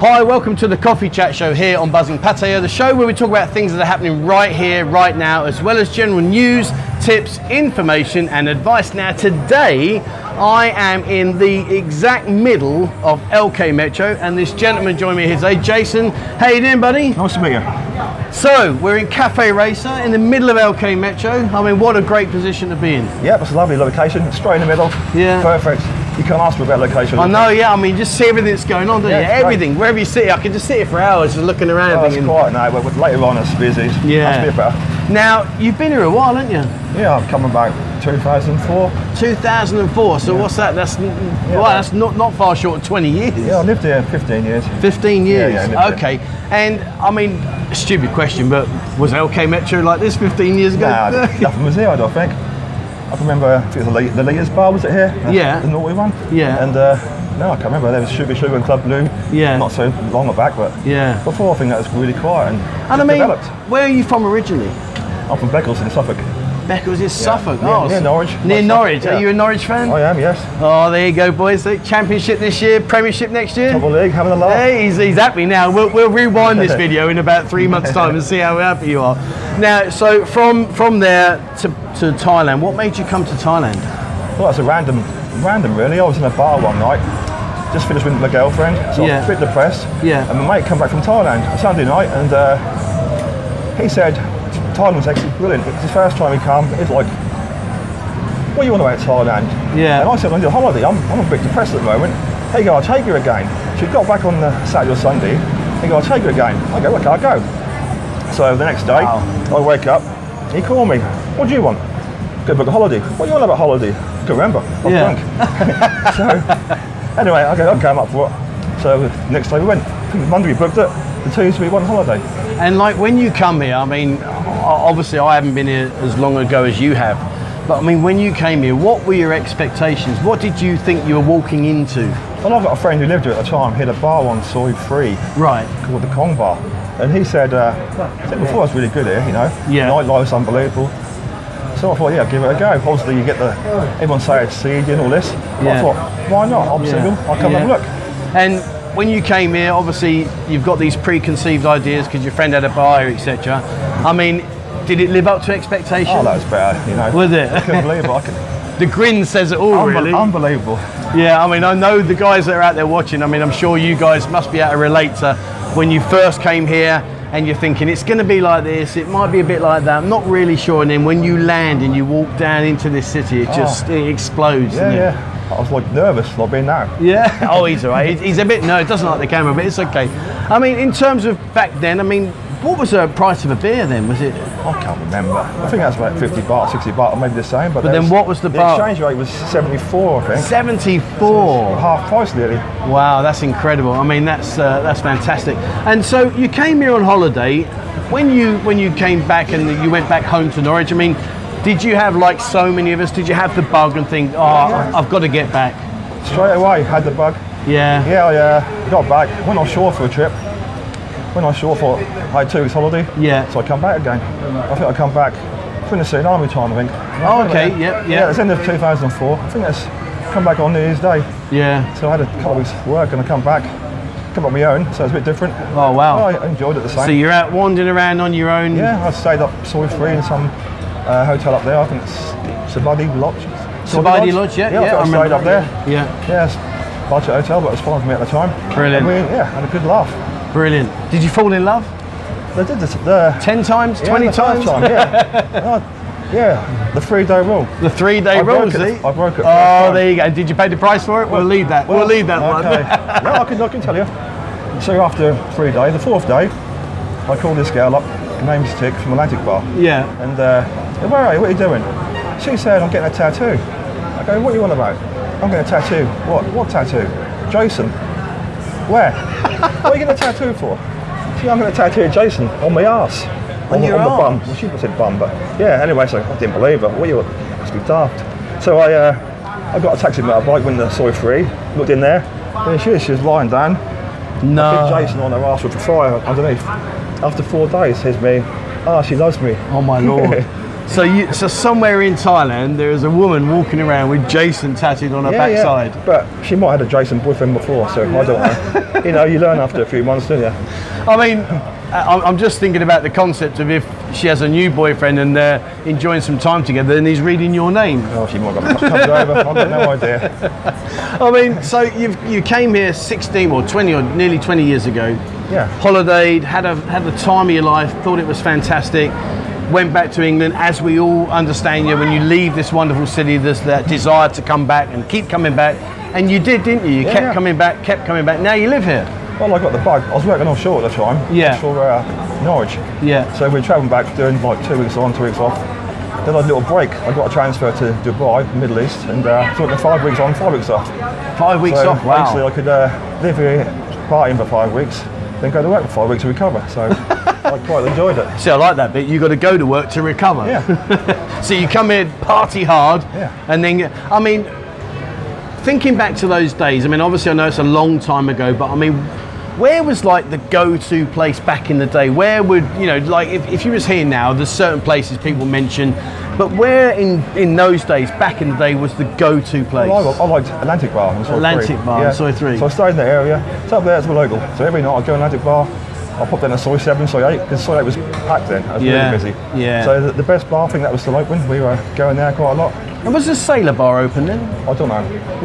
Hi, welcome to the Coffee Chat Show here on Buzzing Patio, the show where we talk about things that are happening right here, right now, as well as general news, tips, information, and advice. Now, today I am in the exact middle of LK Metro, and this gentleman joined me here today, Jason. How you doing, buddy? Nice to meet you. So, we're in Cafe Racer in the middle of LK Metro. I mean, what a great position to be in. Yeah, that's a lovely location. Straight in the middle. Yeah. Perfect. You can't ask for a better location. I know, yeah. I mean, just see everything that's going on, don't Yeah, you? it's great. Everything, wherever you sit, I can just sit here for hours, just looking around. Oh, it's thinking- quiet now, but later on it's busy. Yeah. That's a bit better. Now, you've been here a while, haven't you? Yeah, I'm coming back 2004. 2004, so what's that? That's well, that- that's not, not far short of 20 years. Yeah, I lived here 15 years. 15 years. yeah, I lived okay. And I mean, stupid question, but was LK Metro like this 15 years ago? Nah, nothing was here, I don't think. I can remember, I think it was the, Le- the Leaders Bar, was it here? Yeah. The naughty one? Yeah. And uh, no, I can't remember. There was Sugar Sugar and Club Blue. Yeah. Not so long back, but yeah. before I think that was really quiet and, And I just mean, developed. where are you from originally? I'm from Beccles in Suffolk. Beccles is Suffolk. Near- oh, near so- Norwich. Near Myself, Norwich. yeah. Are you a Norwich fan? I am, yes. Oh, there you go, boys. The Championship this year, Premiership next year. Double League, having a laugh. Hey, he's, he's happy now. We'll, we'll rewind this video in about three months' time and see how happy you are. Now, so from from there to, to Thailand, what made you come to Thailand? Well, it's a random, random really. I was in a bar one night, just finished with my girlfriend, so I Yeah. was a bit depressed. Yeah. And my mate come back from Thailand a Sunday night, and uh, he said Thailand's actually brilliant. It's the first time he come. It's like, what do you want about Thailand? Yeah. And I said, I need a holiday. I'm, I'm a bit depressed at the moment. He go, I'll take you again. She got back on the Saturday or Sunday. He go, I'll take you again. I go, okay, I'll go. So the next day, Wow. I wake up, he called me. What do you want? Go book a holiday. What do you want about holiday? Go remember. I'm Yeah. drunk. so anyway, I go, okay, I'm up for it. So the next day we went. I think Monday we booked it. The Tuesday we went on holiday. And like when you come here, I mean, o- obviously I haven't been here as long ago as you have, but I mean, when you came here, what were your expectations? What did you think you were walking into? Well, I've got a friend who lived here at the time. He had a bar on Soy Free Right. called the Kong Bar. And he said, uh, I said before it's really good here, you know. Yeah. Nightlife's unbelievable. So I thought, yeah, give it a go. Obviously, you get the, everyone say it's seedy and all this. Yeah. I thought, why not? I'm single, I'll come and Yeah. look. And when you came here, obviously you've got these preconceived ideas because your friend had a bar, etc. I mean, did it live up to expectation? Oh, that was better, you know. Was it? I couldn't believe it. I could, the grin says it all, unbe- really. Unbelievable. Yeah, I mean, I know the guys that are out there watching. I mean, I'm sure you guys must be able to relate to when you first came here and you're thinking it's going to be like this, it might be a bit like that. I'm not really sure. And then when you land and you walk down into this city, it just it explodes. Yeah, doesn't it? yeah. I was like nervous, like being now. Yeah. Oh, he's all right. He's- He's a bit no, doesn't like the camera, but it's okay. I mean, in terms of back then, I mean, what was the price of a beer then? Was it? I can't remember. I think that's about 50 baht, 60 baht, or maybe the same. But, But then that's- what was the the baht? exchange rate was 74, I think. 74. Half price, nearly. Wow, that's incredible. I mean, that's uh, that's fantastic. And so you came here on holiday. When you when you came back and you went back home to Norwich, I mean, did you have like so many of us? Did you have the bug and think, oh, I've got to get back? Straight away, had the bug. Yeah. Yeah, I uh, got back, went offshore for a trip. Went offshore for I had two weeks holiday. Yeah. So I come back again. I think I come back finished in army time, I think. Oh, okay, yep, yep. Yeah, it's end of 2004. I think that's come back on New Year's Day. Yeah. So I had a couple of weeks work and I come back, come on my own, so it's a bit different. Oh wow. I enjoyed it the same. So you're out wandering around on your own. Yeah, I stayed up soy free in some uh, hotel up there. I think it's Sabadi Lodge. Sabadi Lodge, yeah, yeah, I, think I I stayed remember. up there. Yeah. Yeah, it's a budget hotel, but it was fine for me at the time. Brilliant. And we, yeah, had a good laugh. Brilliant. Did you fall in love? They did this, the Ten times? yeah, Twenty the times? first time, yeah. No, yeah, the three day rule. The three day I broke rules, it. eh? I broke it. Oh, there you go. Did you pay the price for it? We'll leave that. We'll, leave that okay. one. no, I can, I can tell you. So after three day, the fourth day, I called this girl up, her name's Tick from Atlantic Bar. Yeah. And uh, where are you? What are you doing? She said, I'm getting a tattoo. I go, what do you want about? I'm getting a tattoo. What? What tattoo? Jason. Where? what are you getting a tattoo for? She said, I'm getting a tattoo of Jason on my ass. On, your on the arse? bum. Well, she said bum, but yeah, anyway, so I didn't believe her. What you must be daft. So I uh, I got a taxi motorbike when I saw her free, looked in there, there she is, she was lying down. Big No. Jason on her ass with a fire underneath. After four days, says me, ah, she loves me. Oh my lord. So, you, so somewhere in Thailand, there is a woman walking around with Jason tattooed on her Yeah, yeah. backside. But she might have had a Jason boyfriend before, so I don't know. you know, you learn after a few months, don't you? I mean, I- I'm just thinking about the concept of if she has a new boyfriend and they're enjoying some time together, and he's reading your name. Oh, she might have got comes over. I've got no idea. I mean, so you you came here 16 or 20 or nearly 20 years ago. Yeah. Holidayed, had a had the time of your life, thought it was fantastic. Went back to England, as we all understand. You know, when you leave this wonderful city, there's that desire to come back and keep coming back. And you did, didn't you? You kept yeah. coming back, kept coming back. Now you live here. Well, I got the bug. I was working offshore at the time. Yeah. For uh, Norwich. Yeah. So we were travelling back, doing like two weeks on, two weeks off. Then I had a little break. I got a transfer to Dubai, Middle East, and uh, so I went five weeks on, five weeks off. Five weeks so off. Wow. Basically, I could uh, live here, partying for five weeks, then go to work for five weeks to recover. So I quite enjoyed it. See, I like that bit. You got to go to work to recover. Yeah. so you come in, party hard, Yeah. and then I mean, thinking back to those days. I mean, obviously, I know it's a long time ago, but I mean, where was like the go-to place back in the day? Where would you know, like, if, if you was here now, there's certain places people mention, but where in in those days, back in the day, was the go-to place? Well, I, I liked Atlantic Bar. on Sawyer Atlantic three. Bar on Sawyer three. So I stayed in that area. It's up there, it's my local. So every night I'd go to Atlantic Bar. I popped in at Soy 7, Soy 8, because Soy 8 was packed then. I was Yeah, really busy. yeah. So the, the best bar thing that was still open, we were going there quite a lot. And was the Sailor Bar open then? I don't know.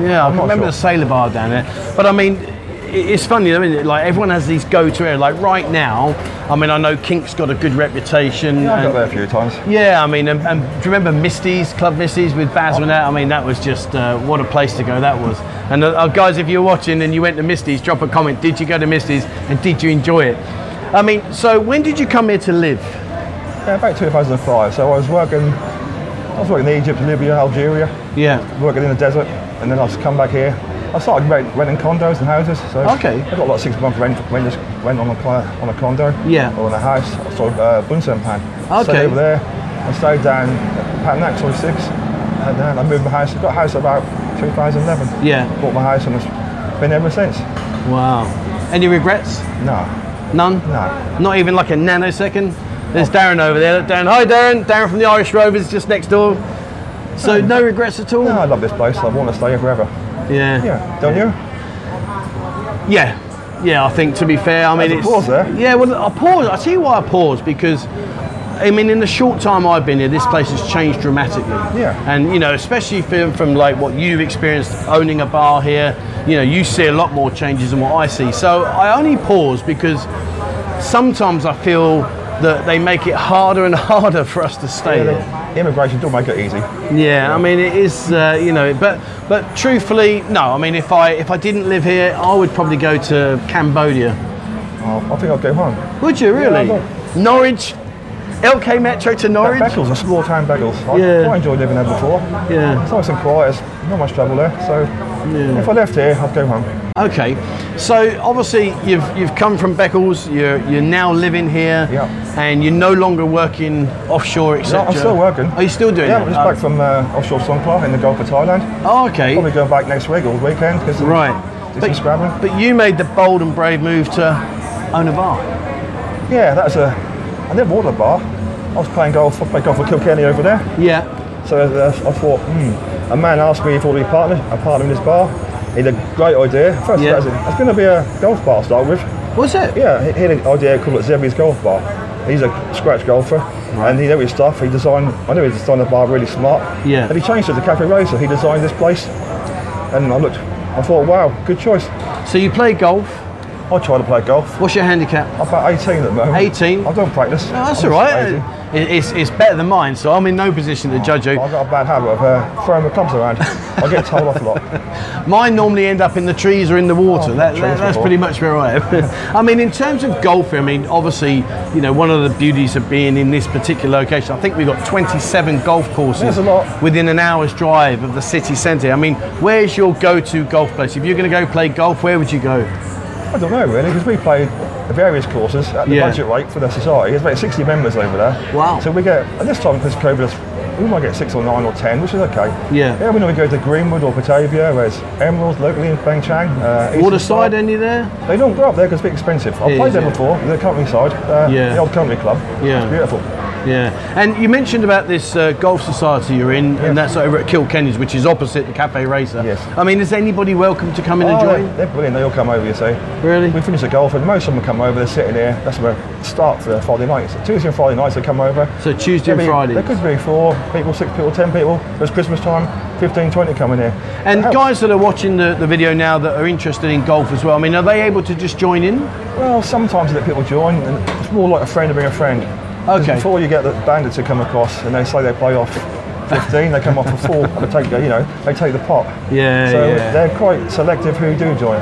Yeah, I can not remember the sure. Sailor Bar down there. But I mean, i- it's funny, I mean, like everyone has these go-to areas. Like right now, I mean, I know Kink's got a good reputation. Yeah, I got and- there a few times. yeah, I mean, and, and do you remember Misty's Club Misty's with Baz and that? I mean, that was just uh, what a place to go that was. And uh, uh, guys, if you're watching and you went to Misty's, drop a comment. Did you go to Misty's and did you enjoy it? I mean, so when did you come here to live? Yeah, about 2005. So I was working, I was working in Egypt, Libya, Algeria, Yeah, working in the desert, and then I've come back here. I started rent, renting condos and houses. So Okay. I got like six month rent, rent, just rent on a cli- on a condo. Yeah. Or on a house. I sold uh, Bunsenpan. Okay. Stayed over there. I stayed down at Patnax on six, and then I moved my house. I got a house about 2011. Yeah. Bought my house and it's been ever since. wow. Any regrets? No, None? no. Not even like a nanosecond. There's Darren over there. Look, Darren, hi Darren. Darren from the Irish Rovers, just next door. So no regrets at all. No, I love this place. I want to stay here forever. Yeah. Yeah, don't you? Yeah. Yeah, I think to be fair, I mean, There's a it's. pause there. Yeah, well, I pause. I see why I pause because, I mean, in the short time I've been here, this place has changed dramatically. Yeah. And you know, especially from, from like what you've experienced owning a bar here, you know, you see a lot more changes than what I see. So I only pause because sometimes I feel that they make it harder and harder for us to stay Yeah, here. the immigration don't make it easy. Yeah, I mean it is, uh, you know, but but truthfully, no. I mean, if I if I didn't live here, I would probably go to Cambodia. Oh, I think I'll go home. Would you really? Yeah, Norwich, LK Metro to Norwich. Beckles, a small town Beckles. I Yeah. quite enjoyed living there before. Yeah. It's nice and quiet, there's not much trouble there. So if I left here, I'd go home. Okay, so obviously you've you've come from Beckles. You're you're now living here, Yeah. and you're no longer working offshore, etc. No, I'm still working. Are you still doing Yeah, that? I'm just back from uh, offshore Songkla in the Gulf of Thailand. Oh, okay, Probably going back next week or the weekend. Cause right. Do some But, scrabbling. but you made the bold and brave move to own a bar. Yeah, that's a. I never ordered a bar. I was playing golf. I played golf with Kilkenny over there. Yeah. So uh, I thought, hmm, a man asked me if I would be partner, a partner in this bar. He had a great idea. First, Yeah. yeah. it's going to be a golf bar to start with. Was it? Yeah, he he had an idea called it Zebi's Golf Bar. He's a scratch golfer and he knew his stuff. He designed, I know he designed the bar really smart. Yeah. And he changed it to Cafe Racer. He designed this place and I looked, I thought, wow, good choice. So you play golf. I try to play golf. What's your handicap? I'm about 18 at the moment. 18? I don't practice. No, that's all I'm right. just lazy. It- It's, it's better than mine, so I'm in no position to judge you. I've got a bad habit of uh, throwing my clubs around. I get told off a lot. Mine normally end up in the trees or in the water. Oh, that, trees that- that's before. pretty much where I am. I mean, in terms of golfing, I mean, obviously, you know, one of the beauties of being in this particular location, I think we've got 27 golf courses There's a lot. within an hour's drive of the city centre. I mean, where's your go-to golf place? If you're going to go play golf, where would you go? I don't know really, because we play the various courses at the Yeah. budget rate for the society. There's about 60 members over there. Wow. So we get, at this time because COVID, is- we might get six or nine or 10, which is okay. Yeah. Yeah, we normally go to Greenwood or Batavia, whereas Emeralds locally in Bang Chang. Uh, Waterside, any there? Eastern- They don't grow up there because it's a bit expensive. I've It played is, there yeah. before, the country side, uh, Yeah. the old country club. Yeah. It's beautiful. Yeah, and you mentioned about this uh, golf society you're in, and that's over at Kilkenny's, which is opposite the Cafe Racer. Yes. I mean, is anybody welcome to come in and Oh, join? they're, they're brilliant. They all come over, you see. Really? We finish the golf, and most of them come over. They're sitting here. That's where it starts the Friday nights. Tuesday and Friday nights they come over. So Tuesday and Maybe- Fridays. There could be four people, six people, ten people. It's Christmas time. 15, 20 coming here. And It helps. guys that are watching the, the video now that are interested in golf as well, I mean, are they able to just join in? Well, sometimes that people join, and it's more like a friend to bring a friend. 'Cause Okay. Before you get the bandits who come across and they say they play off 15, they come off for four and they take, the- you know, they take the pot. Yeah, So yeah. they're quite selective who do join.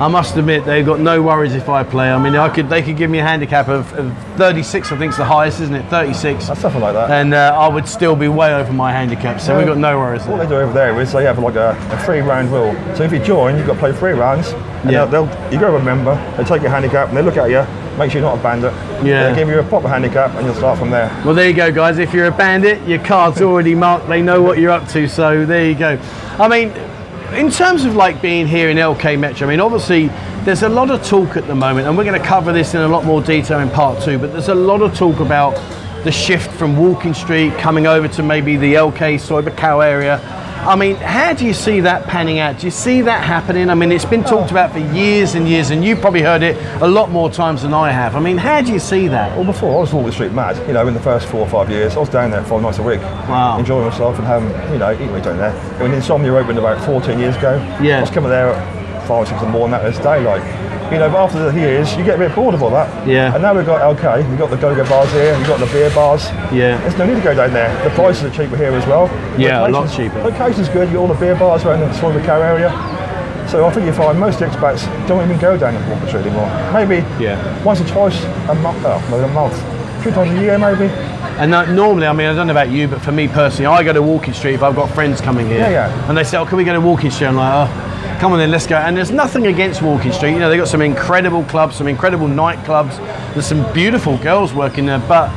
I must admit, they've got no worries if I play. I mean, I could they could give me a handicap of, of 36, I think is the highest, isn't it? 36. That's something like that. And uh, I would still be way over my handicap, so we've got no worries What there. they do over there is they have like a, a three round rule. So if you join, you've got to play three rounds. And Yeah. they'll, they'll, you go with a member, they take your handicap and they look at you, make sure you're not a bandit. Yeah. They give you a proper handicap and you'll start from there. Well, there you go, guys. If you're a bandit, your card's already marked. They know what you're up to, so there you go. I mean, in terms of like being here in LK Metro, I mean, obviously there's a lot of talk at the moment, and we're going to cover this in a lot more detail in part two. But there's a lot of talk about the shift from Walking Street coming over to maybe the LK Soyber Cow area. I mean, how do you see that panning out? Do you see that happening? I mean, it's been talked about for years and years, and you've probably heard it a lot more times than I have. I mean, how do you see that? Well, before I was Wall Street mad, you know, in the first four or five years, I was down there five nights a week, Wow. enjoying myself and having, you know, eating what you down there. When Insomnia opened about 14 years ago, Yeah. I was coming there at five or six in the morning, that was daylight. You know, but after the years, you get a bit bored of all that. Yeah. And now we've got LK, we've got the go-go bars here, we've got the beer bars. Yeah. There's no need to go down there. The prices are cheaper here as well. Yeah, a lot Location's- cheaper. Location's good, you've got all the beer bars around the Swan Car area. So I think you find most expats don't even go down to Wall Street anymore. Maybe Yeah. once or twice a month, oh, maybe a month, two times a year maybe. And that normally, I mean, I don't know about you, but for me personally, I go to Walking Street if I've got friends coming here. Yeah, yeah. And they say, oh, can we go to Walking Street? I'm like, oh, come on then, let's go. And there's nothing against Walking Street. You know, they've got some incredible clubs, some incredible nightclubs. There's some beautiful girls working there. But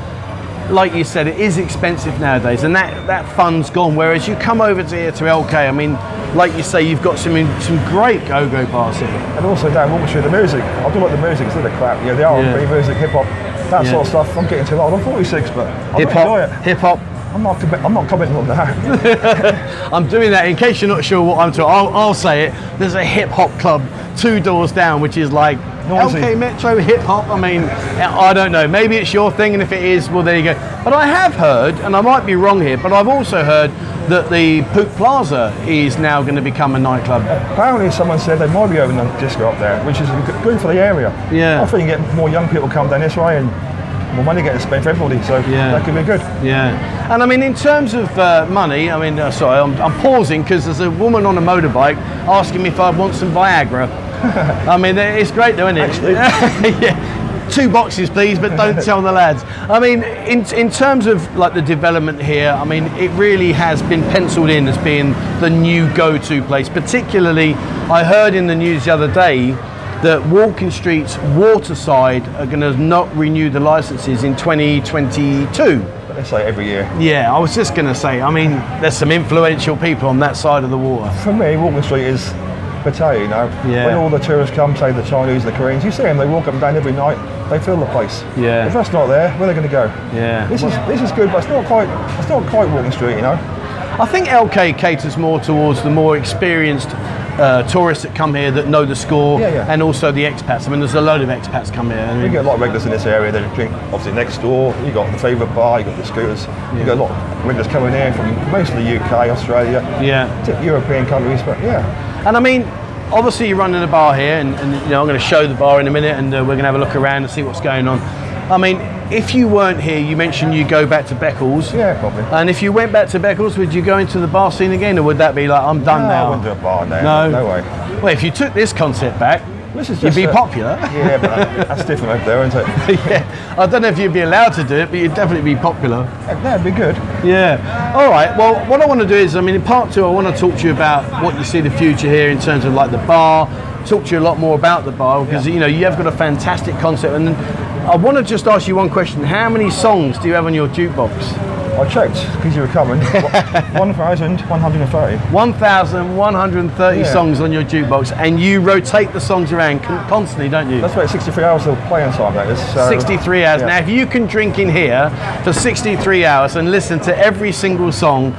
like you said, it is expensive nowadays. And that, that fun's gone. Whereas you come over to here to LK, I mean, like you say, you've got some, some great go-go bars here. And also down Wall Street, the music. I do like the music, it's a bit of crap. You know, the R&B Yeah. music, hip hop, that Yeah. sort of stuff. I'm getting too old. I'm 46, but I don't enjoy Hip-hop, it. hip-hop, I'm not, commi- I'm not commenting on that. I'm doing that in case you're not sure what I'm talking. I'll, I'll say it. There's a hip hop club two doors down, which is like Noisy. LK Metro hip hop. I mean, I don't know. Maybe it's your thing, and if it is, well, there you go. But I have heard, and I might be wrong here, but I've also heard that the Pook Plaza is now going to become a nightclub. Apparently someone said they might be opening a disco up there, which is g- good for the area. Yeah. I think you get more young people come down this way and more money getting spent for everybody, so Yeah. that could be good. Yeah. And I mean, in terms of uh, money, I mean, uh, sorry, I'm, I'm pausing because there's a woman on a motorbike asking me if I want some Viagra. I mean, it's great though, isn't it? Actually. yeah. Two boxes, please, but don't tell the lads. I mean, in, in terms of like the development here, I mean, it really has been penciled in as being the new go-to place. Particularly, I heard in the news the other day that Walking Street's Waterside are going to not renew the licenses in 2022. But they say every year. Yeah, I was just going to say, I mean, there's some influential people on that side of the water. For me, Walking Street is Pattaya, you know. Yeah. When all the tourists come, say the Chinese and the Koreans, you see them, they walk up and down every night, they fill the place. Yeah. If that's not there, where are they going to go? Yeah. This is this is good, but it's not quite it's not quite Walking Street, you know. I think LK caters more towards the more experienced uh, tourists that come here that know the score Yeah, yeah. and also the expats. I mean, there's a load of expats come here. I You mean, get a lot of regulars in this area that drink obviously next door, you got the favourite bar, you got the scooters, you got a lot of regulars coming here from mostly UK, Australia, yeah. to European countries, but yeah. And I mean, obviously you're running a bar here, and, and you know I'm going to show the bar in a minute, and uh, we're going to have a look around and see what's going on. I mean, if you weren't here, you mentioned you go back to Beckles. Yeah, probably. And if you went back to Beckles, would you go into the bar scene again, or would that be like I'm done No, Oh, I now? wouldn't do a bar now. No way. Well, if you took this concept back, This is you'd just be a- popular. Yeah, but that's different over there, isn't it? yeah. I don't know if you'd be allowed to do it, but you'd definitely be popular. That'd be good. Yeah. All right. Well, what I want to do is, I mean, in part two, I want to talk to you about what you see the future here in terms of like the bar. Talk to you a lot more about the bar because you know you have got a fantastic concept, and I want to just ask you one question: How many songs do you have on your jukebox? I checked because you were coming. One thousand one hundred and thirty. 1,130 Yeah. songs on your jukebox, and you rotate the songs around con- constantly, don't you? That's about sixty-three hours of playing time. That is. So, 63 hours. yeah. Now, if you can drink in here for 63 hours and listen to every single song,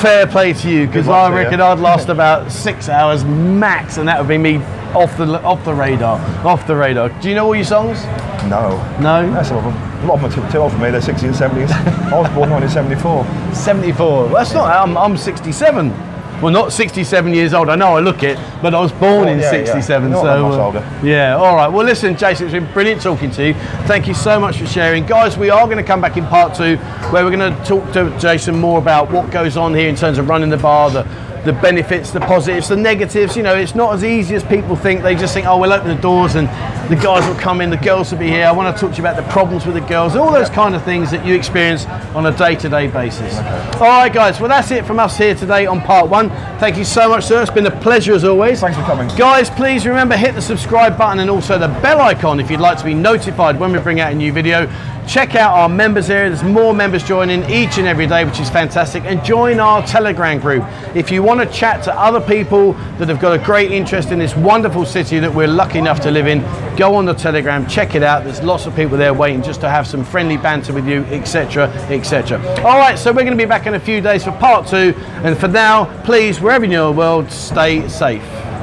fair play to you, because Good luck I to reckon you. I'd last about six hours max, and that would be me off the off the radar, off the radar. Do you know all your songs? No. No. That's a lot of them. A lot of them are too, too old for me. They're 60s and 70s. I was born 1974. 74. That's not. I'm, I'm 67. Well, not 67 years old. I know I look it, but I was born Oh, in yeah, yeah. 67. Not that So much uh, older. yeah. All right. Well, listen, Jason, it's been brilliant talking to you. Thank you so much for sharing, guys. We are going to come back in part two, where we're going to talk to Jason more about what goes on here in terms of running the bar, the the benefits, the positives, the negatives. You know, it's not as easy as people think. They just think, oh, we'll open the doors and the guys will come in, the girls will be here. I want to talk to you about the problems with the girls, all those kind of things that you experience on a day-to-day basis. All right, guys. Well, that's it from us here today on part one. Thank you so much, sir. It's been a pleasure as always. Thanks for coming. Guys, please remember hit the subscribe button and also the bell icon if you'd like to be notified when we bring out a new video. Check out our members area, there's more members joining each and every day, which is fantastic. And join our Telegram group if you want to chat to other people that have got a great interest in this wonderful city that we're lucky enough to live in. Go on the Telegram, check it out. There's lots of people there waiting just to have some friendly banter with you, etc. etc. All right, so we're going to be back in a few days for part two. And for now, please, wherever you are in the world, stay safe.